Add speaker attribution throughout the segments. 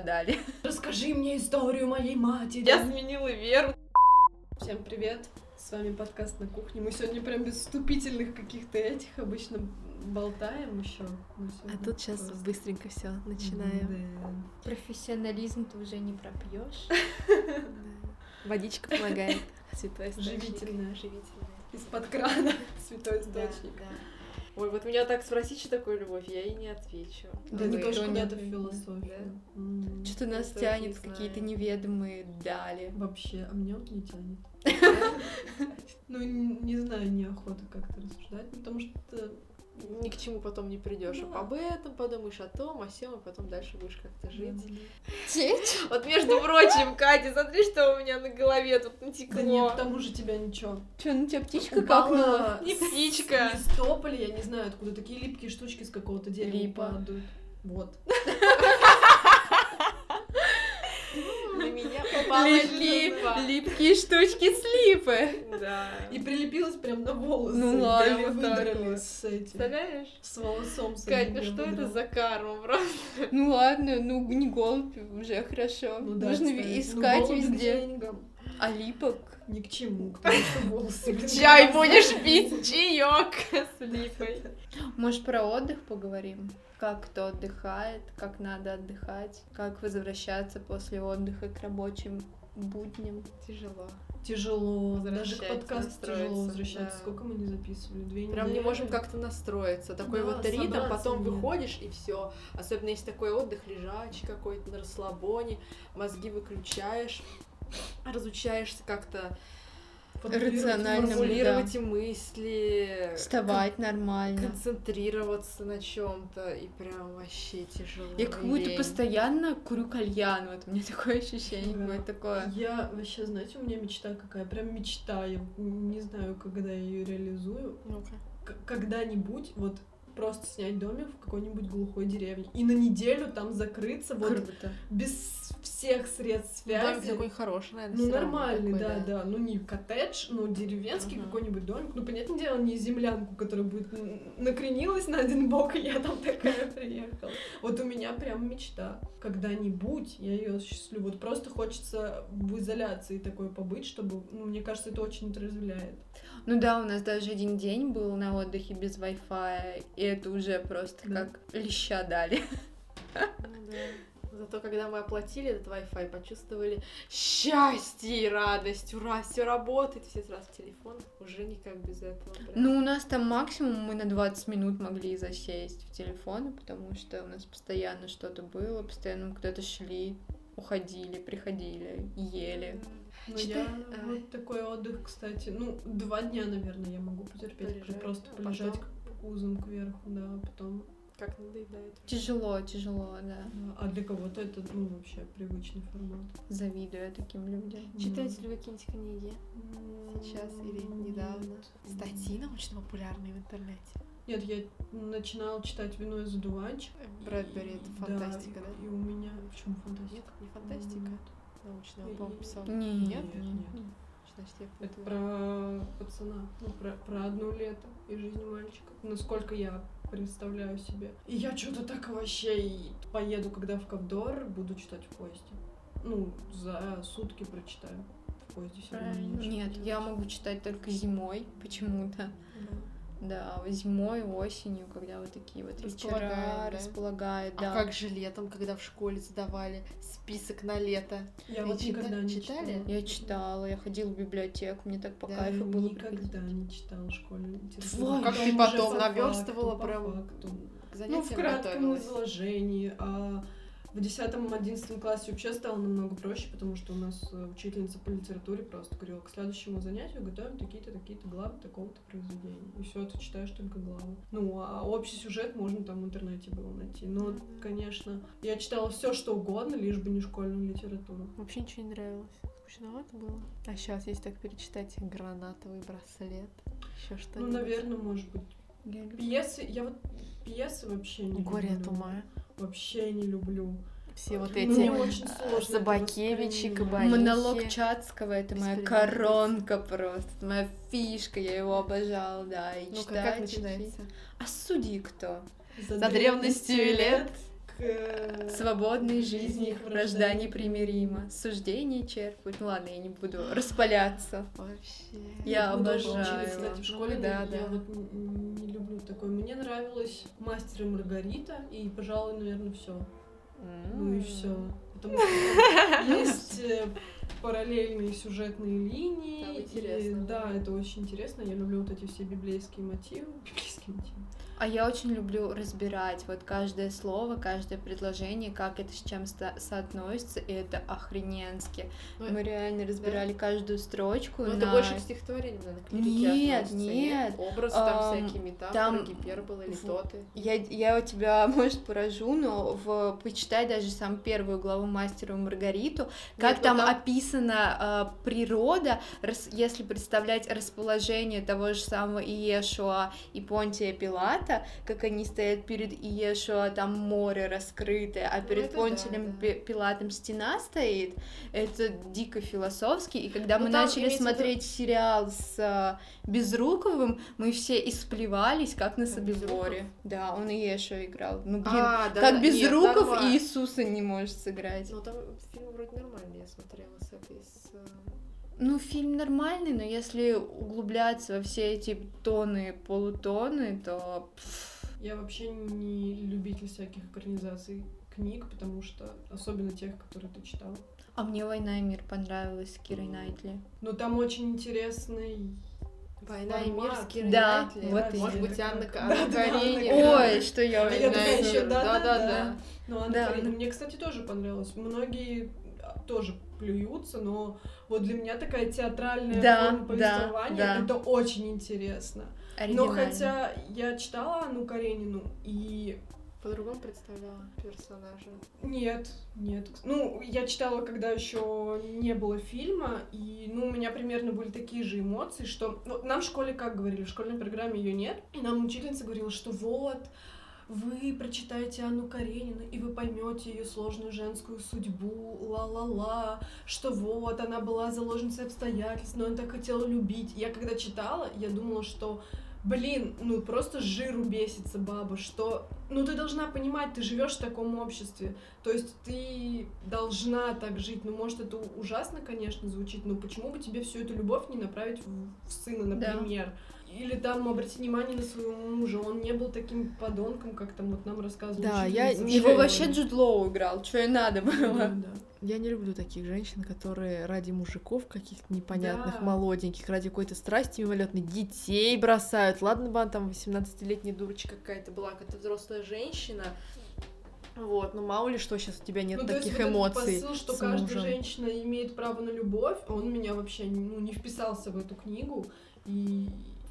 Speaker 1: дали.
Speaker 2: Расскажи мне историю моей матери.
Speaker 1: Я сменила веру. Всем привет, с вами подкаст на кухне. Мы сегодня прям без вступительных каких-то этих обычно болтаем еще.
Speaker 2: А тут сейчас быстренько все начинаем.
Speaker 3: Профессионализм ты уже не пропьешь.
Speaker 2: Водичка помогает. Святой источник.
Speaker 1: живительно, живительно. Из-под крана святой источник.
Speaker 4: Ой, вот меня так спросите такую любовь, я и не отвечу.
Speaker 1: Да,
Speaker 2: Да,
Speaker 1: не
Speaker 2: вы
Speaker 1: тоже
Speaker 2: кто не
Speaker 1: куда-то в
Speaker 2: ответил,
Speaker 1: философию. М,
Speaker 2: Что-то нас
Speaker 4: тоже
Speaker 2: тянет
Speaker 4: не
Speaker 2: в какие-то
Speaker 4: знаю.
Speaker 2: неведомые дали.
Speaker 1: Вообще, а мне вот не тянет. Ну, н- не знаю, неохота как-то рассуждать, потому что
Speaker 4: Ни к чему потом не придешь.
Speaker 1: Да.
Speaker 4: Об этом подумаешь, о том, о сем, и потом дальше будешь как-то жить.
Speaker 3: Теть?
Speaker 4: Вот между прочим, Катя, смотри, что у меня на голове тут натекло.
Speaker 1: Да нет, к тому же тебя ничего.
Speaker 2: Че, на тебя птичка какнула?
Speaker 1: Упала
Speaker 4: Не птичка.
Speaker 1: Листополь, я не знаю, откуда такие липкие штучки с какого-то дерева
Speaker 2: Липа.
Speaker 1: падают. Вот.
Speaker 4: На меня попала липа.
Speaker 2: липкие штучки слипы.
Speaker 4: Да.
Speaker 1: И прилепилась прям на волосы.
Speaker 2: Ну ладно,
Speaker 1: Прямо
Speaker 4: вот так
Speaker 1: выдрали
Speaker 4: вот.
Speaker 1: с этим.
Speaker 4: Представляешь?
Speaker 1: С волосом. с
Speaker 4: Кать,
Speaker 1: одним
Speaker 4: ну
Speaker 1: я
Speaker 4: что это
Speaker 1: выдрала.
Speaker 4: за карма, просто?
Speaker 2: Ну ладно, ну не голубь, уже хорошо.
Speaker 1: Ну да,
Speaker 2: Нужно
Speaker 1: кстати.
Speaker 2: ви-
Speaker 1: Ну,
Speaker 2: искать
Speaker 1: голуби к
Speaker 2: везде.
Speaker 1: деньгам.
Speaker 2: А липок?
Speaker 1: Ни к чему, потому что волосы. блин,
Speaker 4: Чай
Speaker 1: не
Speaker 4: будешь
Speaker 1: знаю.
Speaker 4: пить, чаек с липой.
Speaker 2: Может, про отдых поговорим? Как кто отдыхает, как надо отдыхать, как возвращаться после отдыха к рабочим будням.
Speaker 4: Тяжело.
Speaker 1: Тяжело. Даже к
Speaker 4: Возвращается,
Speaker 1: подкасту тяжело
Speaker 4: настроиться,
Speaker 1: возвращаться.
Speaker 4: да.
Speaker 1: Сколько мы не записывали? Две недели.
Speaker 4: Прям не можем как-то настроиться. Такой
Speaker 1: Да,
Speaker 4: вот ритм,
Speaker 1: собраться
Speaker 4: потом
Speaker 1: нет.
Speaker 4: выходишь и все. Особенно если такой отдых лежачий какой-то на расслабоне, мозги выключаешь, разучаешься как-то
Speaker 1: Подбирать
Speaker 2: рационально,
Speaker 4: формулировать
Speaker 1: формулировки. Э,
Speaker 4: мысли,
Speaker 2: Вставать
Speaker 4: кон-
Speaker 2: нормально.
Speaker 4: концентрироваться на чем-то и прям вообще тяжело.
Speaker 2: Я как будто
Speaker 4: лень.
Speaker 2: постоянно курю кальян, вот у меня такое ощущение,
Speaker 1: Да.
Speaker 2: какое такое.
Speaker 1: Я вообще, знаете, у меня мечта какая, прям мечта. Я не знаю, когда я ее реализую.
Speaker 4: Ну-ка.
Speaker 1: К- когда-нибудь вот просто снять домик в какой-нибудь глухой деревне и на неделю там закрыться вот
Speaker 2: Круто.
Speaker 1: без всех средств
Speaker 4: Домик
Speaker 1: связи.
Speaker 4: такой хороший, наверное.
Speaker 1: ну
Speaker 4: всё равно
Speaker 1: нормальный,
Speaker 4: такой,
Speaker 1: да, да, Ну не коттедж, но деревенский
Speaker 4: Ага.
Speaker 1: какой-нибудь домик. Ну понятное дело, не землянку, которая будет н- накренилась на один бок, и я там такая приехала. Вот у меня прям мечта. Когда-нибудь я ее осуществлю. Вот просто хочется в изоляции такой побыть, чтобы, ну, мне кажется, это очень отрезвляет.
Speaker 2: Ну да, у нас даже один день был на отдыхе без Wi-Fi, и это уже просто
Speaker 1: Да.
Speaker 2: как леща дали.
Speaker 4: Ну да. Зато когда мы оплатили этот Wi-Fi, почувствовали счастье и радость. Ура, все работает, все сразу в телефон. Уже никак без этого. прям.
Speaker 2: Ну, у нас там максимум мы на 20 минут могли засесть в телефоны, потому что у нас постоянно что-то было, постоянно мы куда-то шли, уходили, приходили, ели.
Speaker 1: Ну,
Speaker 4: Читай.
Speaker 1: я
Speaker 4: А.
Speaker 1: вот такой отдых, кстати, ну, два дня, наверное, я могу потерпеть.
Speaker 4: Полежать,
Speaker 1: Просто
Speaker 4: а
Speaker 1: полежать
Speaker 4: потом
Speaker 1: узом кверху, да, а потом...
Speaker 4: Как надоедает.
Speaker 2: Тяжело, тяжело, да.
Speaker 1: да. А для кого-то это, ну, вообще привычный формат.
Speaker 2: Завидую я таким людям.
Speaker 4: Читаете
Speaker 1: М.
Speaker 4: ли вы какие-нибудь книги сейчас или
Speaker 1: М,
Speaker 4: недавно?
Speaker 1: нет.
Speaker 4: Статьи научно-популярные в интернете.
Speaker 1: Нет, я начинала читать «Вино из одуванчика».
Speaker 4: Брэдбери, это
Speaker 1: Да,
Speaker 4: фантастика, да?
Speaker 1: И у меня... Почему
Speaker 4: Нет,
Speaker 1: фантастика?
Speaker 4: не фантастика.
Speaker 1: Нет.
Speaker 4: Научная,
Speaker 1: И-
Speaker 4: по-моему, писал.
Speaker 2: Нет,
Speaker 1: Нет,
Speaker 2: нет, нет.
Speaker 1: нет.
Speaker 4: Значит, я
Speaker 1: Это
Speaker 4: путаю.
Speaker 1: про пацана, ну, про, про одно лето и жизнь мальчика. Насколько я представляю себе. И я что-то так вообще и поеду, когда в Ковдор, буду читать в поезде. Ну, за сутки прочитаю. В поезде все
Speaker 2: Правильно. Нет, я могу читать только зимой почему-то. Да, зимой, осенью, когда вот такие вот
Speaker 4: Располагает,
Speaker 2: вечера
Speaker 4: да?
Speaker 2: располагает, да.
Speaker 4: А как же летом, когда в школе задавали список на лето?
Speaker 1: Я
Speaker 4: Вы
Speaker 1: вот
Speaker 4: чита-
Speaker 1: никогда не
Speaker 4: читали?
Speaker 1: читала.
Speaker 2: Я читала, я ходила в библиотеку, мне так по
Speaker 4: Да,
Speaker 2: кайфу было. приходить.
Speaker 1: никогда не читала школьную
Speaker 2: Твой.
Speaker 1: литературу.
Speaker 2: Как
Speaker 4: ты
Speaker 1: уже
Speaker 4: потом
Speaker 1: по
Speaker 4: наверстывала
Speaker 1: факту, по
Speaker 4: прям?
Speaker 1: факту.
Speaker 4: К
Speaker 1: Ну,
Speaker 4: занятиям
Speaker 1: в кратком
Speaker 4: готовилась.
Speaker 1: изложении. А в 10-11 классе вообще стало намного проще, потому что у нас э, учительница по литературе просто говорила, к следующему занятию готовим такие-то, такие-то главы такого-то произведения. И все, ты читаешь только главы. Ну, а общий сюжет можно там в интернете было найти. Но,
Speaker 4: Мгм.
Speaker 1: конечно, я читала все, что угодно, лишь бы не школьную литературу. Ну,
Speaker 4: Вообще ничего не нравилось. Скучновато было. А сейчас, если так перечитать, гранатовый браслет, еще что-нибудь.
Speaker 1: Ну, наверное, может быть.
Speaker 2: Я люблю.
Speaker 1: Пьесы, я вот пьесы вообще не
Speaker 4: Горе от
Speaker 1: люблю.
Speaker 4: ума.
Speaker 1: Вообще не люблю.
Speaker 4: Все вот
Speaker 1: Ну, мне
Speaker 4: эти
Speaker 1: очень
Speaker 4: а,
Speaker 1: сложно это
Speaker 4: Собакевичи,
Speaker 1: воспринимать.
Speaker 4: Кабаи.
Speaker 2: Монолог
Speaker 4: Орехи.
Speaker 2: Чацкого это моя
Speaker 4: Беспредел.
Speaker 2: коронка просто, это моя фишка, я его обожала, да, и
Speaker 4: Ну, как,
Speaker 2: читать, и
Speaker 4: начинается?
Speaker 2: читать. А судьи кто?
Speaker 4: За древностью лет
Speaker 1: к э,
Speaker 2: Свободной
Speaker 1: к
Speaker 2: жизни их вражда
Speaker 1: рождению.
Speaker 2: непримирима. Суждение черпают. Ну ладно, я не буду распаляться.
Speaker 4: Вообще.
Speaker 2: Я
Speaker 1: Мы долго
Speaker 2: обожаю.
Speaker 1: учились, кстати, в школе.
Speaker 2: да,
Speaker 1: я
Speaker 2: да.
Speaker 1: вот н- н- не люблю такое. Мне нравилось мастер и Маргарита, и, пожалуй, наверное, все. Ну и все. Потому что есть э, параллельные сюжетные линии.
Speaker 4: Там
Speaker 1: и,
Speaker 4: интересно.
Speaker 1: да, это очень интересно. Я люблю вот эти все библейские мотивы. Библейские мотивы.
Speaker 2: А я очень люблю разбирать вот каждое слово, каждое предложение, как это с чем со- соотносится, и это охрененски.
Speaker 4: Ну,
Speaker 2: Мы реально разбирали каждую строчку.
Speaker 4: Ну, это
Speaker 2: на-
Speaker 4: больше к стихотворению, наверное, к
Speaker 2: Нет,
Speaker 4: лирике относится,
Speaker 2: нет.
Speaker 4: Образ там
Speaker 2: Ам,
Speaker 4: всякие метафоры,
Speaker 2: там
Speaker 4: гиперболы,
Speaker 2: в-
Speaker 4: литоты.
Speaker 2: Я, я тебя, может, поражу, но в, почитай даже сам первую главу «Мастеру и Маргариту»,
Speaker 4: Нет,
Speaker 2: как
Speaker 4: ну
Speaker 2: там,
Speaker 4: там-
Speaker 2: описана а, природа, рас- если представлять расположение того же самого Иешуа и Понтия Пилата, как они стоят перед Иешуа, там море раскрытое, а
Speaker 4: Ну,
Speaker 2: перед
Speaker 4: это да,
Speaker 2: Понтием
Speaker 4: да.
Speaker 2: Пи- Пилатом стена стоит, это дико философски, и когда
Speaker 4: Ну,
Speaker 2: мы
Speaker 4: там
Speaker 2: начали
Speaker 4: имеется в виду-
Speaker 2: смотреть сериал с... а, Безруковым мы все исплевались, как на
Speaker 4: Как
Speaker 2: Собиборе.
Speaker 4: Безруков?
Speaker 2: Да, он и Ешу играл. Ну, блин,
Speaker 4: А, да,
Speaker 2: как
Speaker 4: да, нет,
Speaker 2: Безруков
Speaker 4: нормально.
Speaker 2: и Иисуса не может сыграть.
Speaker 4: Ну, там фильм вроде нормальный, я смотрела с этой, с... э,
Speaker 2: Ну, фильм нормальный, но если углубляться во все эти тоны, полутоны, то... пф,
Speaker 1: Я вообще не любитель всяких экранизаций книг, потому что, особенно тех, которые ты читал.
Speaker 2: А мне «Война и мир» понравилась с Кирой Найтли.
Speaker 1: Но там очень интересный
Speaker 4: Война и мир
Speaker 1: формат.
Speaker 4: с Кирой
Speaker 2: Да,
Speaker 4: Найтли.
Speaker 2: вот
Speaker 4: Может
Speaker 1: именно.
Speaker 4: быть, Анна, К-
Speaker 1: Да,
Speaker 4: Анна
Speaker 1: да, Анна
Speaker 4: Каренина.
Speaker 1: Каренина.
Speaker 2: Ой, что я...
Speaker 1: Я такая
Speaker 2: знаю.
Speaker 1: ещё, да, да,
Speaker 4: Да-да-да.
Speaker 1: Ну, Анна
Speaker 2: Да,
Speaker 1: Каренина.
Speaker 2: она-
Speaker 1: Мне, кстати, тоже понравилось. Многие а, тоже плюются, но вот для меня такая театральная
Speaker 2: Да,
Speaker 1: форма
Speaker 2: да,
Speaker 1: повествования,
Speaker 2: да.
Speaker 1: это очень интересно. Но
Speaker 2: Оригинально.
Speaker 1: Ну, хотя я читала Анну Каренину, и
Speaker 4: По-другому представляла персонажа.
Speaker 1: нет, нет. Ну, я читала, когда еще не было фильма, и, ну, у меня примерно были такие же эмоции, что... Вот нам в школе как говорили, в школьной программе ее нет, и нам учительница говорила, что вот, вы прочитаете Анну Каренину, и вы поймете ее сложную женскую судьбу, ла-ла-ла, что вот, она была заложницей обстоятельств, но она так хотела любить. Я когда читала, я думала, что Блин, ну просто с жиру бесится баба, что... Ну ты должна понимать, ты живешь в таком обществе, то есть ты должна так жить. Ну, может, это ужасно, конечно, звучит, но почему бы тебе всю эту любовь не направить в, в сына,
Speaker 2: Да.
Speaker 1: например? Или там обрати внимание на своего мужа, он не был таким подонком, как там вот нам рассказывали.
Speaker 5: Да, я не-
Speaker 2: Его
Speaker 5: Джуд
Speaker 2: вообще Джуд Лоу играл, что и надо было.
Speaker 5: Я не люблю таких женщин, которые ради мужиков каких-то непонятных,
Speaker 1: Да.
Speaker 5: молоденьких, ради какой-то страсти мимолетной детей бросают. Ладно бы она там 18-летняя дурочка какая-то была, как ты взрослая женщина. Вот, ну мало ли что сейчас у тебя нет
Speaker 1: Ну,
Speaker 5: таких эмоций.
Speaker 1: посыл, что
Speaker 5: с
Speaker 1: каждая
Speaker 5: мужем.
Speaker 1: женщина имеет право на любовь, он меня вообще ну, не вписался в эту книгу. И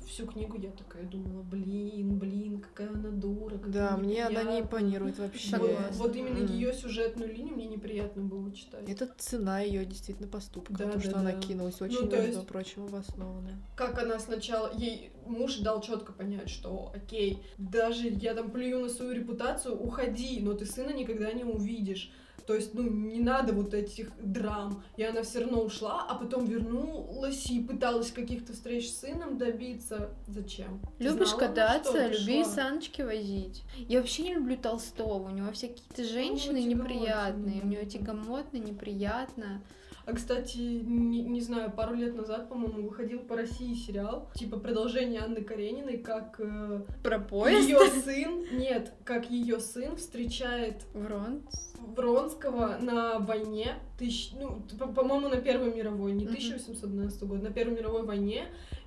Speaker 1: всю книгу я такая думала, блин, блин, какая она дура. какая
Speaker 5: Да, мне она не
Speaker 1: неприятная».
Speaker 5: импонирует вообще.
Speaker 1: Вот,
Speaker 2: Согласна.
Speaker 1: вот именно
Speaker 5: М.
Speaker 1: ее сюжетную линию мне неприятно было читать.
Speaker 5: Это цена ее действительно поступка,
Speaker 1: Да,
Speaker 5: то,
Speaker 1: да,
Speaker 5: что она
Speaker 1: да.
Speaker 5: кинулась очень,
Speaker 1: Ну, то
Speaker 5: во
Speaker 1: есть-
Speaker 5: всем прочем, обоснованно.
Speaker 1: Как она сначала, ей муж дал четко понять, что окей, даже я там плюю на свою репутацию, уходи, но ты сына никогда не увидишь. То есть, ну, не надо вот этих драм. И она все равно ушла, а потом вернулась и пыталась каких-то встреч с сыном добиться. Зачем?
Speaker 2: Любишь
Speaker 1: Знала, на
Speaker 2: кататься,
Speaker 1: что
Speaker 2: люби
Speaker 1: пошла.
Speaker 2: саночки возить. Я вообще не люблю Толстого, у него все какие-то женщины
Speaker 1: тягомотина.
Speaker 2: неприятные, у него тягомотно, неприятно.
Speaker 1: А, кстати, не, не знаю, пару лет назад, по-моему, выходил по России сериал, типа продолжение Анны Карениной, как э,
Speaker 2: Про поезд?
Speaker 1: ее сын, нет, как ее сын встречает
Speaker 2: Вронц.
Speaker 1: Вронского на войне, тысяч, ну, т- по- по-моему, на Первой мировой, не
Speaker 2: Мгм.
Speaker 1: 1812 год, на Первой мировой войне,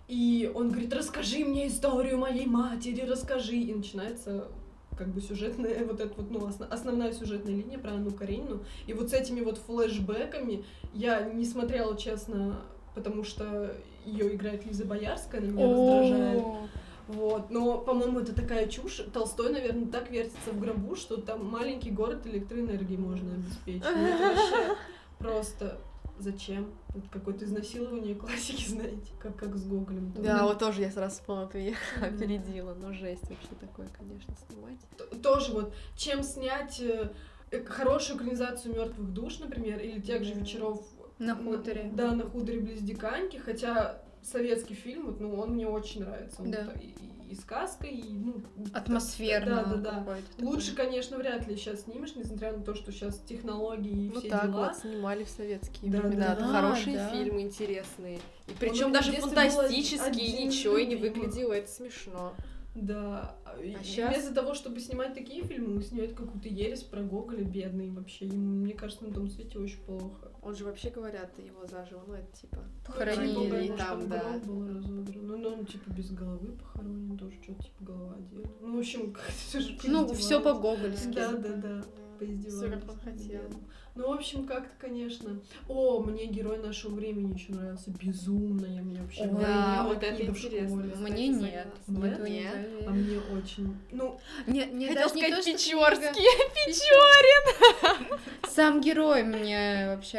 Speaker 1: и он говорит, расскажи мне историю моей матери, расскажи, и начинается как бы сюжетная, вот эта вот, ну, осно- основная сюжетная линия про Анну Каренину, и вот с этими вот флешбэками я не смотрела, честно, потому что ее играет Лиза Боярская, она меня раздражает.
Speaker 2: О,
Speaker 1: Вот, но, по-моему, это такая чушь. Толстой, наверное, так вертится в гробу, что там маленький город электроэнергии можно обеспечить. Ну, это вообще просто зачем? Это какое-то изнасилование классики, знаете, как, как с Гоголем. там.
Speaker 5: Да,
Speaker 2: Ну-
Speaker 5: вот тоже я сразу вспомнила, ты меня опередила. Ну, жесть вообще такое, конечно, снимать.
Speaker 1: Т- Тоже вот, чем снять э, э, хорошую экранизацию мертвых душ, например, или тех же вечеров
Speaker 2: На хуторе.
Speaker 1: Да, на хуторе близ Диканьки, хотя советский фильм, вот, ну, он мне очень нравится. Он
Speaker 2: Да.
Speaker 1: та- и, и сказка, и, ну...
Speaker 2: Атмосферно
Speaker 1: Да, да, да.
Speaker 2: какое-то
Speaker 1: Лучше, конечно, вряд ли сейчас снимешь, несмотря на то, что сейчас технологии и
Speaker 5: Ну
Speaker 1: все
Speaker 5: так
Speaker 1: дела.
Speaker 5: вот, снимали в советские
Speaker 1: Да,
Speaker 5: времена.
Speaker 1: да,
Speaker 5: Это
Speaker 2: да.
Speaker 5: хорошие
Speaker 2: Да.
Speaker 5: фильмы.
Speaker 4: Фильмы интересные. И
Speaker 1: у
Speaker 4: причем
Speaker 1: меня
Speaker 4: даже
Speaker 1: в детстве было
Speaker 4: фантастические,
Speaker 1: один
Speaker 4: и ничего и не
Speaker 1: любимый.
Speaker 4: выглядело, это смешно.
Speaker 1: Да. И
Speaker 4: щас?
Speaker 1: Вместо того, чтобы снимать такие фильмы, мы снимают какую-то ересь про Гоголя бедный вообще. Ему, мне кажется, на том свете очень плохо.
Speaker 4: Он же вообще, говорят, его зажил, ну это типа...
Speaker 1: Ну, типа,
Speaker 2: Хоронили
Speaker 1: потому что
Speaker 4: там,
Speaker 1: он
Speaker 4: да.
Speaker 1: гроб был разодран. Ну, ну, он, типа, без головы похоронен тоже, что-то, типа, голова отдельно. Ну, в общем, как все же
Speaker 2: Ну, все
Speaker 1: поиздевались.
Speaker 2: по-гогольски.
Speaker 1: Да, да, да. Поиздевались.
Speaker 4: Всё, как он хотел.
Speaker 1: бедный. Ну, в общем, как-то, конечно. О, мне герой нашего времени еще нравился безумно. Я мне вообще
Speaker 2: Ой,
Speaker 1: говорила,
Speaker 2: вот
Speaker 1: книга
Speaker 4: это
Speaker 1: в школе.
Speaker 4: интересно.
Speaker 2: Мне
Speaker 4: Кстати,
Speaker 2: нет.
Speaker 4: согласна.
Speaker 2: Вот вы
Speaker 4: Нет?
Speaker 1: А
Speaker 2: не
Speaker 1: мне очень... Ну,
Speaker 2: Не, не,
Speaker 5: Хотела
Speaker 2: даже не то,
Speaker 5: сказать
Speaker 2: что
Speaker 5: Печорский.
Speaker 2: книга. Сам герой мне вообще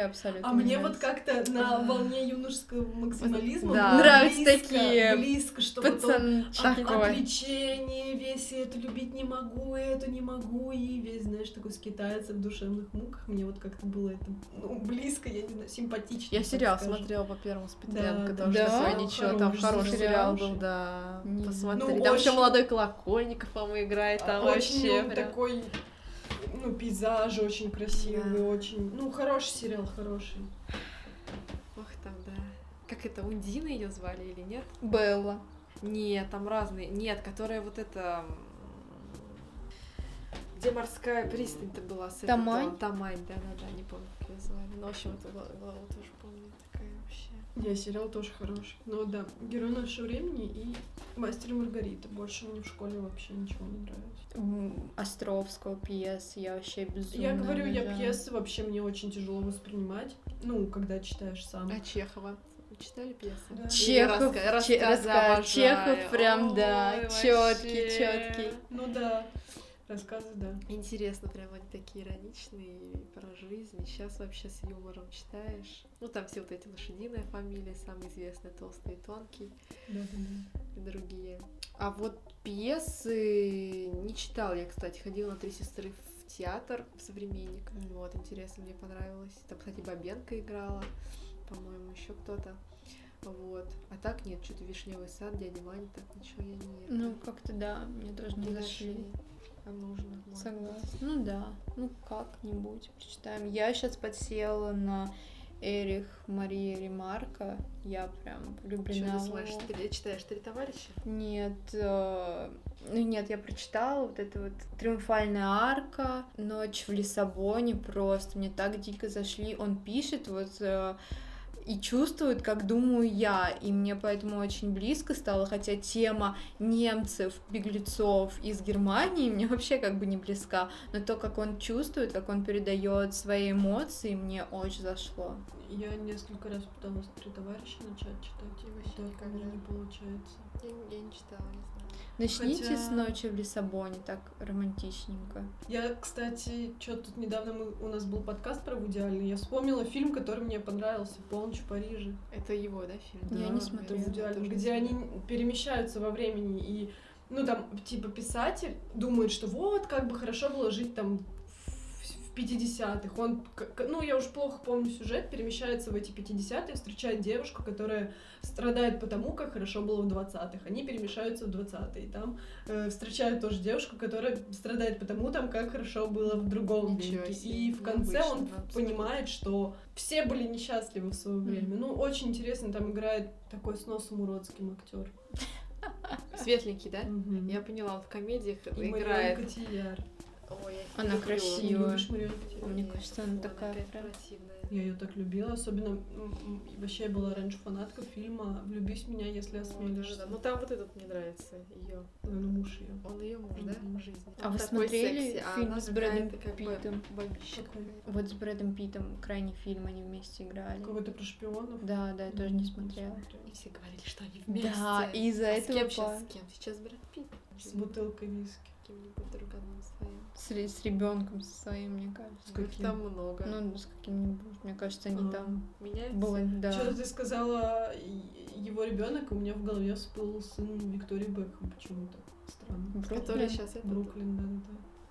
Speaker 1: а
Speaker 2: абсолютно не
Speaker 1: мне А. вот
Speaker 2: нравится.
Speaker 1: как-то на волне юношеского максимализма
Speaker 2: Да.
Speaker 1: было
Speaker 2: Нравятся
Speaker 1: близко-
Speaker 2: такие
Speaker 1: близко, что вот он
Speaker 2: пацанчики.
Speaker 1: А- Отвлечение, весь и эту любить не могу, и эту не могу, и весь, знаешь, такой скитается в душевных муках. Мне вот как-то было это ну, близко, я не знаю, симпатично.
Speaker 5: Я
Speaker 1: так
Speaker 5: сериал
Speaker 1: скажем.
Speaker 5: смотрела по первому спидрянка,
Speaker 1: да,
Speaker 5: тоже
Speaker 2: да.
Speaker 5: такое
Speaker 2: Да,
Speaker 5: ничего, там
Speaker 1: хороший
Speaker 5: хороший сериал
Speaker 2: сериал.
Speaker 5: был, да.
Speaker 2: Не знаю.
Speaker 5: Посмотри.
Speaker 1: Ну,
Speaker 5: Там еще
Speaker 1: очень-
Speaker 5: молодой Колокольников, по-моему, играет, там
Speaker 1: А Очень
Speaker 5: вообще
Speaker 1: он
Speaker 5: прям.
Speaker 1: такой, ну, пейзаж очень красивый,
Speaker 4: Да.
Speaker 1: очень... Ну, хороший сериал, хороший.
Speaker 4: Ох, там, да. Как это, Ундина ее звали или нет?
Speaker 2: Белла.
Speaker 4: Нет, там разные. Нет, которая вот это... м, Где морская пристань-то была? с этой,
Speaker 2: Тамань?
Speaker 4: да, Тамань, да-да-да, не помню, как ее звали. Ну, в общем, это гла- главу тоже помню. Такая вообще...
Speaker 1: Я сериал тоже хороший. Но да, Герой нашего времени и Мастер и Маргарита. Больше мне в школе вообще ничего не нравится.
Speaker 2: М, Островского пьес. Я вообще безумно
Speaker 1: Я говорю, я
Speaker 2: обожаю.
Speaker 1: пьесы вообще мне очень тяжело воспринимать. Ну, когда читаешь сам.
Speaker 4: А Чехова? Вы читали пьесы?
Speaker 1: Да.
Speaker 4: Или
Speaker 2: Чехов,
Speaker 4: раска-
Speaker 2: Че-
Speaker 4: рассказы
Speaker 2: раска-
Speaker 4: обожаю.
Speaker 2: Чехов прям, да,
Speaker 4: Ой,
Speaker 2: чёткий,
Speaker 4: вообще.
Speaker 2: чёткий.
Speaker 1: Ну да. Рассказы, да.
Speaker 4: Интересно, прям они такие ироничные и про жизнь. Сейчас вообще с юмором читаешь. Ну, там все вот эти лошадиные фамилии, самые известные, толстый и тонкий.
Speaker 1: да,
Speaker 4: и другие. А вот пьесы не читал я, кстати. Ходила на «Три сестры» в театр в «Современник». Вот, интересно, мне понравилось. Там, кстати, Бабенко играла, по-моему, еще кто-то. Вот. А так нет, что-то «Вишневый сад», «Дядя Ваня», так ничего я не...
Speaker 2: Ну, как-то да, мне тоже не зашли.
Speaker 4: А нужно. может
Speaker 2: Согласна. Ну да, ну как-нибудь прочитаем. Я сейчас подсела на Эрих Мария Ремарка. Я прям
Speaker 4: быть. Чё
Speaker 2: влюблена.
Speaker 4: ты
Speaker 2: в
Speaker 4: смотришь?
Speaker 2: него.
Speaker 4: Ты читаешь «Три товарища»?
Speaker 2: Нет, э, ну нет, я прочитала вот это вот «Триумфальная арка», «Ночь в Лиссабоне» просто, мне так дико зашли. Он пишет вот э, и чувствует, как думаю я, и мне поэтому очень близко стало, хотя тема немцев, беглецов из Германии мне вообще как бы не близка, но то, как он чувствует, как он передает свои эмоции, мне очень зашло.
Speaker 1: Я несколько раз пыталась три товарища начать читать, и
Speaker 4: Вообще
Speaker 1: вообще
Speaker 4: никогда.
Speaker 1: меня не получается.
Speaker 4: Я, не- я не читала, не знаю.
Speaker 2: Начните
Speaker 1: Хотя-
Speaker 2: с «Ночи в Лиссабоне», так романтичненько.
Speaker 1: Я, кстати, что тут недавно мы, у нас был подкаст про Вуди Аллена, я вспомнила фильм, который мне понравился «Полночь в Париже».
Speaker 4: Это его, да, фильм?
Speaker 2: Я
Speaker 4: Да,
Speaker 2: не смотрю.
Speaker 4: наверное,
Speaker 1: Это Вуди Аллен,
Speaker 4: тоже не
Speaker 1: где
Speaker 4: смотрю.
Speaker 1: они перемещаются во времени и ну там типа писатель думает, что вот как бы хорошо было жить там в- в 50-х. Он, к- к- ну, я уж плохо помню сюжет, перемещается в эти 50-е, встречает девушку, которая страдает по тому, как хорошо было в 20-х. Они перемещаются в 20-е. И там э, встречают тоже девушку, которая страдает по тому, там, как хорошо было в другом
Speaker 4: Ничего
Speaker 1: веке.
Speaker 4: себе, ну,
Speaker 1: И в конце
Speaker 4: необычно,
Speaker 1: он
Speaker 4: абсолютно.
Speaker 1: понимает, что все были несчастливы в свое время. Ну, очень интересно, там играет такой с носом уродским актер.
Speaker 4: Светленький,
Speaker 2: Э,
Speaker 4: да?
Speaker 1: Мгм.
Speaker 4: Я поняла, он в комедиях
Speaker 1: И Марион
Speaker 4: играет.
Speaker 1: Котийяр.
Speaker 4: Ой, я их не
Speaker 2: Она
Speaker 4: люблю.
Speaker 1: Не
Speaker 2: красивая. Её-
Speaker 1: любишь Марион Котийяр?
Speaker 2: Мне
Speaker 4: Нет,
Speaker 2: кажется, она
Speaker 4: фу,
Speaker 2: такая
Speaker 4: опять
Speaker 2: прям-
Speaker 4: противная.
Speaker 1: Я ее так любила, особенно м, м, вообще я была раньше фанаткой фильма «Влюбись в меня, если
Speaker 4: Ну,
Speaker 1: осмелишься».
Speaker 4: да-да-да. Ну там вот этот мне нравится, ее.
Speaker 1: Наверное, муж ее.
Speaker 4: Он ее муж, да,
Speaker 1: Мгм.
Speaker 4: в жизни.
Speaker 2: А
Speaker 4: Он
Speaker 2: вы
Speaker 4: такой
Speaker 2: смотрели
Speaker 4: секси, а
Speaker 2: фильм
Speaker 4: она
Speaker 2: с Брэдом
Speaker 4: какая-то как бы
Speaker 2: Питтом?
Speaker 4: бабища
Speaker 1: Какой?
Speaker 4: какая-то.
Speaker 2: Вот с Брэдом Питтом крайний фильм они вместе играли.
Speaker 1: Какой-то про шпионов.
Speaker 2: Да, да, я тоже не смотрела.
Speaker 4: И все говорили, что они вместе.
Speaker 2: Да, и из-за
Speaker 4: А с
Speaker 2: этого
Speaker 4: кем
Speaker 2: па-
Speaker 4: сейчас? С кем? Сейчас Брэд Питт.
Speaker 1: С бутылкой виски.
Speaker 4: С Каким-нибудь друганом своим.
Speaker 2: с, ре- с ребенком со своим, мне
Speaker 1: С
Speaker 2: кажется.
Speaker 1: каким?
Speaker 4: Их там много.
Speaker 2: Ну, с каким-нибудь, мне кажется, они
Speaker 1: А.
Speaker 2: там
Speaker 4: Меняется.
Speaker 2: было, да.
Speaker 1: Что ты сказала и- его ребенок, и у меня в голове всплыл сын Виктории Бекхэм почему-то. Странно.
Speaker 2: Бруклин.
Speaker 4: Который сейчас это
Speaker 1: Бруклин, да, да,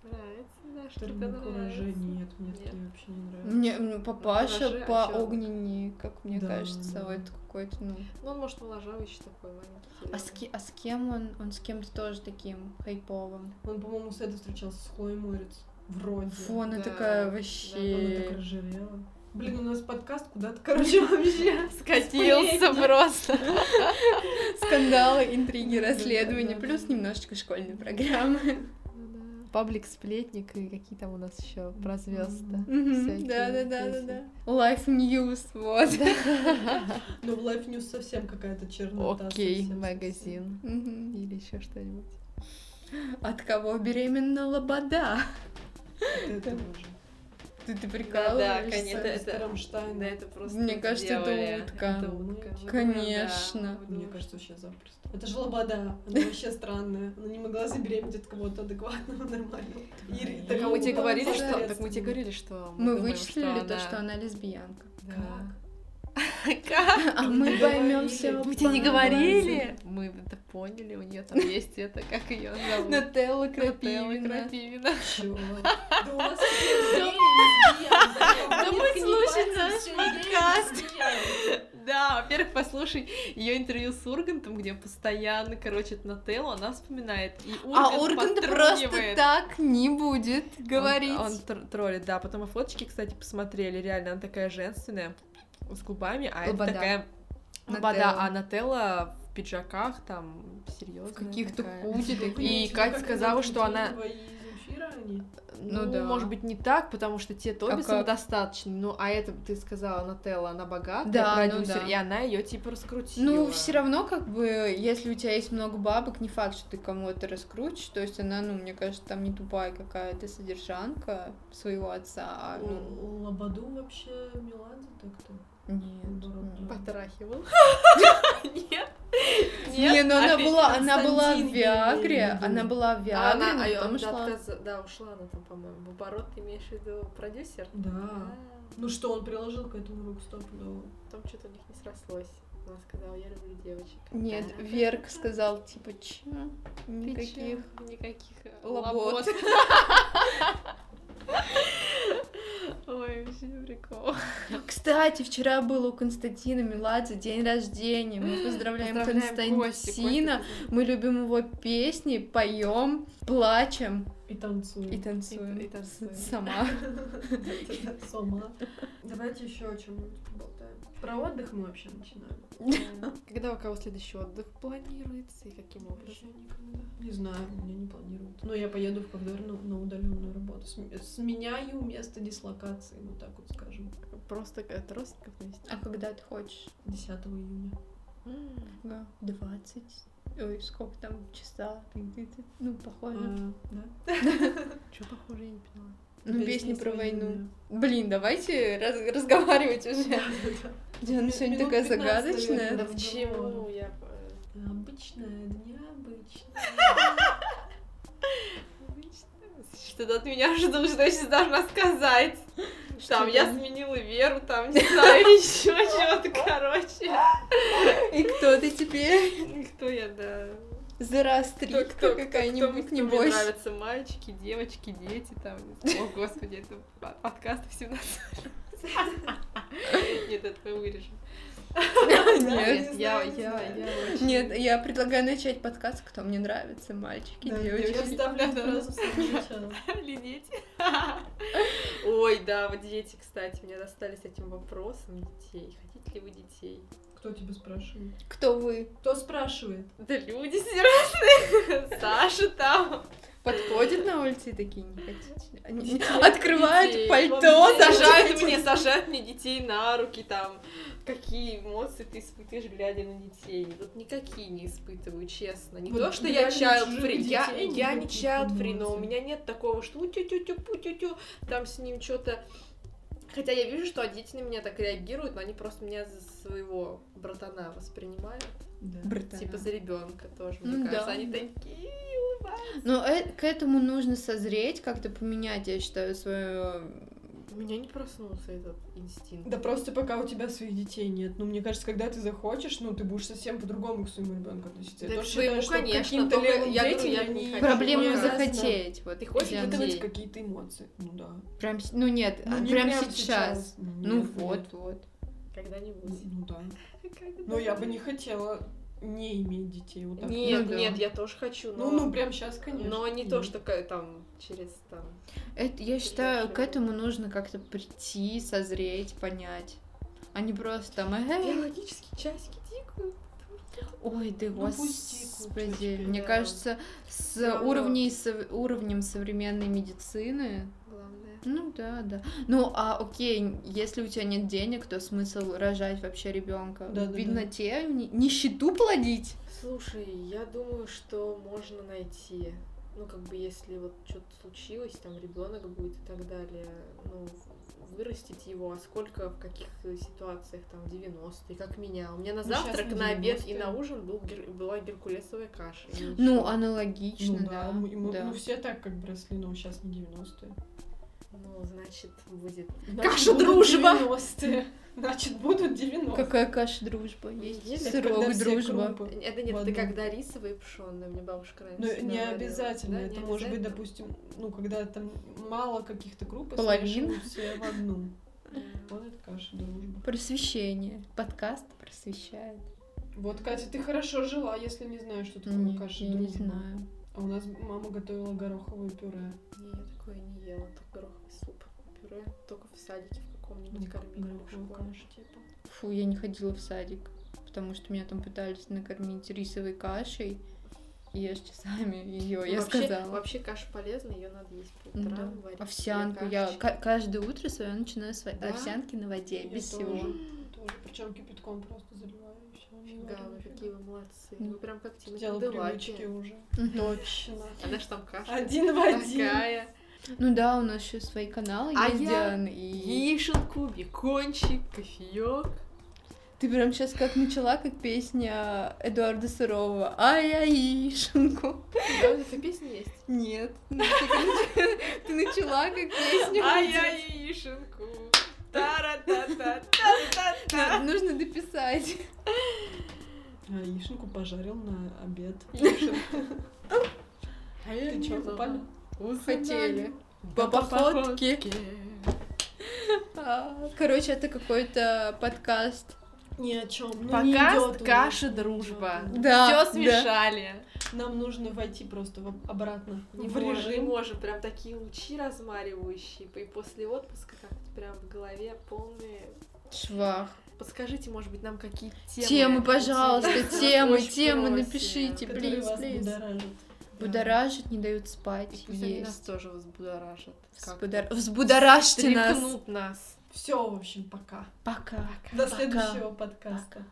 Speaker 4: Нравится, да, что тебе
Speaker 1: Термокуража
Speaker 4: нравится.
Speaker 1: нет, мне
Speaker 4: Нет.
Speaker 1: такие вообще не нравятся.
Speaker 2: Мне м,
Speaker 4: хорошо,
Speaker 2: ну, папаша
Speaker 4: а
Speaker 2: по
Speaker 4: чё?
Speaker 2: огненней, как мне
Speaker 1: Да,
Speaker 2: кажется,
Speaker 1: да.
Speaker 2: вот какой-то, ну.
Speaker 4: Ну, он, может, моложавый еще такой маленький.
Speaker 2: А с,
Speaker 4: зелёный.
Speaker 2: ки- а с кем он? Он с кем-то тоже таким хайповым.
Speaker 1: Он, по-моему, с этой встречался, с Хлоей Морец. Вроде.
Speaker 2: Фу, она
Speaker 4: да,
Speaker 2: такая
Speaker 1: Она так
Speaker 2: вообще...
Speaker 1: разжирела. Блин, у нас подкаст куда-то, короче, вообще.
Speaker 5: Скатился просто.
Speaker 2: Скандалы, интриги,
Speaker 1: Ну да,
Speaker 2: расследования,
Speaker 1: да,
Speaker 2: плюс
Speaker 1: да.
Speaker 2: немножечко школьной программы.
Speaker 4: Ну да.
Speaker 5: Паблик сплетник и какие там у нас еще про звезды.
Speaker 2: Мгм, Да-да-да-да-да. Life news, вот.
Speaker 1: Но Ну, в Life News совсем какая-то чернота. Ну,
Speaker 5: Окей,
Speaker 1: совсем,
Speaker 5: магазин.
Speaker 2: Мгм.
Speaker 5: Или еще что-нибудь.
Speaker 2: От кого беременна лобода?
Speaker 1: совсем. Это боже.
Speaker 2: Ты, ты
Speaker 4: Да,
Speaker 2: прикалываешься?
Speaker 4: конечно,
Speaker 1: Мистер
Speaker 4: это...
Speaker 1: Рамштайн.
Speaker 4: Да, это просто
Speaker 2: Мне кажется, это
Speaker 4: сделали.
Speaker 2: утка.
Speaker 4: Это утка. Вы
Speaker 2: Конечно.
Speaker 4: думаете, да, вы
Speaker 1: Мне
Speaker 4: думаете,
Speaker 1: кажется, вообще запросто. Это же лобода. Она вообще странная. Она не могла забеременеть от кого-то адекватного, нормального. И
Speaker 5: Так а мы тебе
Speaker 1: ну,
Speaker 5: говорили, что... Так мы тебе
Speaker 1: посредственного.
Speaker 5: говорили, что...
Speaker 2: Мы
Speaker 5: думаем,
Speaker 2: вычислили то, что она лесбиянка.
Speaker 5: Да.
Speaker 2: А мы поймем все.
Speaker 5: Мы тебе не говорили? Мы это поняли, у нее там есть это, как ее зовут.
Speaker 2: Нателла
Speaker 5: Нателла
Speaker 2: Крапивина.
Speaker 5: Крапивина.
Speaker 1: Чё? Да у вас Да
Speaker 5: пусть слушает наш подкаст. Да, во-первых, послушай ее интервью с Ургантом, где постоянно, короче, Нателлу она вспоминает. И
Speaker 2: А Ургант просто
Speaker 5: подтрунивает.
Speaker 2: так не будет говорить.
Speaker 5: Он, он тр- троллит, да. Потом и фоточки, кстати, посмотрели. Реально, она такая женственная, с губами, а
Speaker 2: Лобода.
Speaker 5: это такая...
Speaker 2: Нателла.
Speaker 5: Лобода, а Нателла в пиджаках, там, серьезно.
Speaker 2: В каких-то худи
Speaker 5: И Катя сказала, что она-
Speaker 1: а
Speaker 5: Ну,
Speaker 2: Ну да.
Speaker 5: может быть, не так, потому что те Тобисом
Speaker 2: как?
Speaker 5: достаточно. Ну, а это, ты сказала, Нателла, она богатая,
Speaker 2: Да, ну
Speaker 5: продюсер,
Speaker 2: да.
Speaker 5: и она ее типа раскрутила.
Speaker 2: Ну, все равно, как бы, если у тебя есть много бабок, не факт, что ты кому-то раскрутишь. То есть она, ну, мне кажется, там не тупая какая-то содержанка своего отца. а, ну,
Speaker 1: Лободу вообще Меладзе так-то.
Speaker 2: нет.
Speaker 1: Дорого.
Speaker 2: нет.
Speaker 5: Потрахивал.
Speaker 4: Нет.
Speaker 2: Не, ну она
Speaker 5: опять
Speaker 2: была, она была в
Speaker 1: Константин, я имею в
Speaker 2: Виагре,
Speaker 1: виду.
Speaker 2: она была в
Speaker 4: А
Speaker 2: Виагре,
Speaker 4: она,
Speaker 2: но
Speaker 4: а её-
Speaker 2: потом
Speaker 4: да,
Speaker 2: шла.
Speaker 4: отказа- да, ушла она там, по-моему, в оборот, ты имеешь в виду продюсер?
Speaker 1: Да.
Speaker 4: А,
Speaker 1: Ну что, он приложил к этому руку стопудово.
Speaker 4: Там что-то у них не срослось. Она сказала, я люблю девочек.
Speaker 2: Нет,
Speaker 4: Да.
Speaker 2: Верк сказал, типа, че?
Speaker 4: Ты чё?
Speaker 2: Никаких.
Speaker 4: Никаких э,
Speaker 2: лабот».
Speaker 4: лабот. Ой, вообще прикол.
Speaker 2: Ну, Кстати, вчера был у Константина Меладзе день рождения. Мы поздравляем,
Speaker 4: Поздравляем Костю,
Speaker 2: Константина.
Speaker 4: Костя,
Speaker 2: Мы любим его песни, поем, плачем
Speaker 1: И танцует.
Speaker 2: и танцуем.
Speaker 4: и танцуем.
Speaker 2: С- Сама.
Speaker 1: Сома. Давайте еще о чем-нибудь поболтаем. Про отдых мы вообще начинали.
Speaker 4: ты-
Speaker 5: Когда у кого следующий отдых планируется и каким
Speaker 1: Вообще
Speaker 5: образом?
Speaker 1: никогда. Не знаю, у меня не планируют. Но я поеду в Ковдор на, удаленную работу. См- Сменяю место дислокации, ну так вот скажем,
Speaker 5: Просто от родственников навести.
Speaker 2: А когда ты хочешь?
Speaker 1: 10 июня.
Speaker 2: Да, 20. Ой, сколько там часа? Ну, похоже.
Speaker 1: А, да?
Speaker 5: Че похоже, я не поняла.
Speaker 2: Ну, песни про
Speaker 1: свои
Speaker 2: войну. Блин, давайте раз- разговаривать уже.
Speaker 1: Да-да-да.
Speaker 2: Диана Ну, сегодня
Speaker 1: Минут 15,
Speaker 2: такая
Speaker 1: наверное,
Speaker 2: загадочная.
Speaker 4: Да
Speaker 1: разговора.
Speaker 4: почему я... э,
Speaker 1: Обычная, да необычная.
Speaker 4: Что ты от меня ждешь, что я сейчас должна сказать? Там я сменила веру, там не знаю еще чего-то, короче.
Speaker 2: И кто ты теперь?
Speaker 4: Кто я, да. Кто- кто-
Speaker 2: Зарастритка
Speaker 4: кто-
Speaker 2: какая-нибудь,
Speaker 4: кто мне
Speaker 2: небось.
Speaker 4: нравятся мальчики, девочки, дети, там. О, господи, это по- подкаст в 17 Нет, это мы вырежем.
Speaker 2: Нет.
Speaker 4: я,
Speaker 1: знаю, не
Speaker 4: я,
Speaker 1: знаю.
Speaker 4: я
Speaker 2: Нет, я предлагаю начать подкаст, кто мне нравится, мальчики,
Speaker 1: Да,
Speaker 2: девочки.
Speaker 1: Я вставляю
Speaker 4: Да.
Speaker 1: сразу в самом начале.
Speaker 4: Или дети? Ой, да, вот дети, кстати, меня достали с этим вопросом детей. Хотите ли вы детей?
Speaker 1: Кто тебя спрашивает?
Speaker 2: Кто вы?
Speaker 1: Кто спрашивает?
Speaker 4: Да люди серьезные. Саша там.
Speaker 2: Подходят на улице и такие, не хотите? Они
Speaker 4: Детей,
Speaker 2: открывают
Speaker 4: детей.
Speaker 2: пальто,
Speaker 1: Детей.
Speaker 4: Сажают мне, сажают мне детей на руки там. Какие эмоции ты испытываешь, глядя на детей? Вот никакие не испытываю, честно. Не
Speaker 1: Вот
Speaker 4: то, что я
Speaker 1: глядя на
Speaker 4: child
Speaker 1: чужих
Speaker 4: free. Я,
Speaker 1: детей,
Speaker 4: я не
Speaker 1: никаких
Speaker 4: child free, но у
Speaker 1: эмоций.
Speaker 4: меня нет такого, что у тю тю тю пу тю тю там с ним что-то... Хотя я вижу, что дети на меня так реагируют, но они просто меня за своего братана воспринимают.
Speaker 1: Да.
Speaker 2: Братана.
Speaker 4: Типа за ребенка тоже,
Speaker 2: М,
Speaker 4: мне кажется.
Speaker 2: да,
Speaker 4: Они
Speaker 2: да.
Speaker 4: такие
Speaker 2: Но э- к этому нужно созреть, как-то поменять, я считаю, свое
Speaker 4: У меня не проснулся этот инстинкт.
Speaker 1: Да просто пока у тебя своих детей нет. Ну, мне кажется, когда ты захочешь, ну, ты будешь совсем по-другому к своему ребенку
Speaker 4: Да
Speaker 1: относиться. я
Speaker 4: к
Speaker 1: тоже
Speaker 4: своему,
Speaker 1: считаю, что
Speaker 4: конечно,
Speaker 1: каким-то
Speaker 4: только
Speaker 1: левым
Speaker 4: я говорю,
Speaker 1: детям
Speaker 4: я
Speaker 1: я
Speaker 4: не
Speaker 1: не
Speaker 4: хочу.
Speaker 2: Проблему
Speaker 1: понимаю.
Speaker 4: Мне кажется,
Speaker 2: захотеть. Вот
Speaker 4: Ты хочешь
Speaker 1: Хочешь
Speaker 2: идея.
Speaker 1: выдавать
Speaker 4: идеи.
Speaker 1: какие-то эмоции? Ну да.
Speaker 2: Прям, с- ну нет,
Speaker 1: Ну, не
Speaker 2: прям,
Speaker 1: прям
Speaker 2: сейчас.
Speaker 1: сейчас. Нет,
Speaker 2: Ну
Speaker 1: нет.
Speaker 2: вот, вот.
Speaker 1: Ну,
Speaker 4: Когда-нибудь.
Speaker 1: ну да. Но я бы не хотела не иметь детей. Вот так.
Speaker 4: Нет,
Speaker 2: Ну да.
Speaker 4: нет, я тоже хочу, но...
Speaker 1: Ну, ну, прям сейчас, конечно.
Speaker 4: Но не то, что ка- там через там...
Speaker 2: Это, я считаю, к этому нужно как-то прийти, созреть, понять. А не просто там, «Эй,
Speaker 4: Биологические часики тикают.
Speaker 2: Ой, да
Speaker 1: Ну, пусти
Speaker 2: господи.
Speaker 1: курочки,
Speaker 2: Мне
Speaker 4: да.
Speaker 2: кажется, с
Speaker 4: Всё равно.
Speaker 2: уровней, сов- уровнем современной медицины...
Speaker 4: Главное.
Speaker 2: Ну да, да. Ну а окей, если у тебя нет денег, то смысл рожать вообще ребенка?
Speaker 1: Да, да, да.
Speaker 2: Видно те нищету плодить?
Speaker 4: Слушай, я думаю, что можно найти. Ну, как бы, если вот что-то случилось, там ребенок будет и так далее, ну, в- вырастить его, а сколько в каких э, ситуациях, там, в 90-е, как меня. У меня на
Speaker 1: Ну, щас
Speaker 4: завтрак,
Speaker 1: на
Speaker 4: на обед и
Speaker 1: 90-е.
Speaker 4: на ужин был, гер- была геркулесовая каша. и
Speaker 2: Ну,
Speaker 4: ничего.
Speaker 2: аналогично,
Speaker 1: Ну
Speaker 2: да.
Speaker 1: да, мы- мы-
Speaker 2: да.
Speaker 1: ну все так как бы росли, но сейчас не 90-е.
Speaker 4: Ну, значит, будет.
Speaker 1: Значит,
Speaker 4: Каша
Speaker 1: будут
Speaker 4: дружба!
Speaker 1: 90-е. Значит, будут 90-е.
Speaker 2: Какая каша дружба
Speaker 1: Ну,
Speaker 2: есть?
Speaker 4: Есть,
Speaker 1: Это когда
Speaker 2: Сырок
Speaker 1: все
Speaker 2: дружба.
Speaker 1: крупы.
Speaker 4: Это нет,
Speaker 1: В
Speaker 4: это
Speaker 1: одну.
Speaker 4: когда рисовые и пшённые, мне бабушка раньше
Speaker 1: Ну,
Speaker 4: всегда
Speaker 1: не
Speaker 4: говорила.
Speaker 1: обязательно.
Speaker 4: Да,
Speaker 1: это
Speaker 4: не
Speaker 1: может быть,
Speaker 4: обязательно?
Speaker 1: допустим, ну, когда там мало каких-то групп, и
Speaker 2: Половина.
Speaker 1: смешивают все в одну.
Speaker 4: Да.
Speaker 1: Вот это каша дружба.
Speaker 2: Просвещение. Подкаст просвещает.
Speaker 1: Вот, Катя, ты хорошо жила, если не знаешь, что такое
Speaker 2: Нет,
Speaker 1: каша
Speaker 2: я
Speaker 1: дружба.
Speaker 2: не знаю.
Speaker 1: А у нас мама готовила гороховое пюре.
Speaker 4: Не, я такое не ела, только гороховый суп, пюре, только в садике в каком-нибудь
Speaker 1: Ну,
Speaker 4: кормили в
Speaker 1: гороховую
Speaker 4: школе.
Speaker 1: кашу, типа.
Speaker 2: Фу, я не ходила в садик, потому что меня там пытались накормить рисовой кашей. И я ж часами ее,
Speaker 1: Ну,
Speaker 2: я
Speaker 4: вообще,
Speaker 2: сказала.
Speaker 4: Вообще каша полезна, ее надо есть по
Speaker 2: Ну
Speaker 4: утрам,
Speaker 2: да.
Speaker 4: варить.
Speaker 2: Овсянку.
Speaker 4: себе
Speaker 2: Я
Speaker 4: кашечки.
Speaker 2: ка- каждое утро свое начинаю с ва-
Speaker 4: Да?
Speaker 2: овсянки на воде,
Speaker 1: Я
Speaker 2: без
Speaker 1: тоже,
Speaker 2: всего.
Speaker 1: Тоже. Причем кипятком просто заливаю и все.
Speaker 4: Фига, вы какие вы молодцы.
Speaker 2: Ну.
Speaker 4: Вы прям как Тимати
Speaker 1: Дело
Speaker 4: Деваки.
Speaker 1: привычки уже.
Speaker 2: Мгм.
Speaker 1: Точно.
Speaker 4: Она ж там каша
Speaker 1: Один в один.
Speaker 4: такая.
Speaker 2: Ну да, у нас еще свои каналы
Speaker 4: А
Speaker 2: есть,
Speaker 4: я-
Speaker 2: Диана, и...
Speaker 4: Яишенку, бекончик, кофеек.
Speaker 2: Ты прям сейчас как начала, как песня Эдуарда Сырова. Ай, я яишенку.
Speaker 4: Да, у такая песня есть.
Speaker 2: Нет. Ну, Ты как нач- ты начала как песня.
Speaker 4: А я яишенку. Тара-та-та.
Speaker 2: Надо- Нужно дописать.
Speaker 1: А яишенку пожарил на обед. Ты
Speaker 4: Ты
Speaker 1: чё, купали?
Speaker 2: Хотели.
Speaker 4: По
Speaker 2: По походке. А, Короче, это какой-то подкаст.
Speaker 1: Ни о Ну, чем.
Speaker 4: Подкаст каша дружба.
Speaker 2: Да, да.
Speaker 4: Все смешали.
Speaker 1: Нам нужно войти просто в- обратно
Speaker 4: Не
Speaker 1: в
Speaker 4: можем, не
Speaker 1: режим.
Speaker 4: можем, прям такие лучи размаривающие. И после отпуска как прям в голове полные.
Speaker 2: Швах.
Speaker 4: Подскажите, может быть, нам какие темы?
Speaker 2: Темы, пожалуйста, темы,
Speaker 4: Очень
Speaker 2: темы,
Speaker 4: просим.
Speaker 2: напишите,
Speaker 1: который
Speaker 2: плиз,
Speaker 1: вас
Speaker 2: плиз.
Speaker 1: будоражит.
Speaker 2: Будоражит, не дают спать.
Speaker 4: И пусть они нас
Speaker 2: есть.
Speaker 4: тоже взбудоражат.
Speaker 2: Взбудор- Взбудоражьте нас.
Speaker 4: Стрекнут нас.
Speaker 1: Все, в общем, пока.
Speaker 2: Пока.
Speaker 1: До
Speaker 2: Пока.
Speaker 1: следующего подкаста.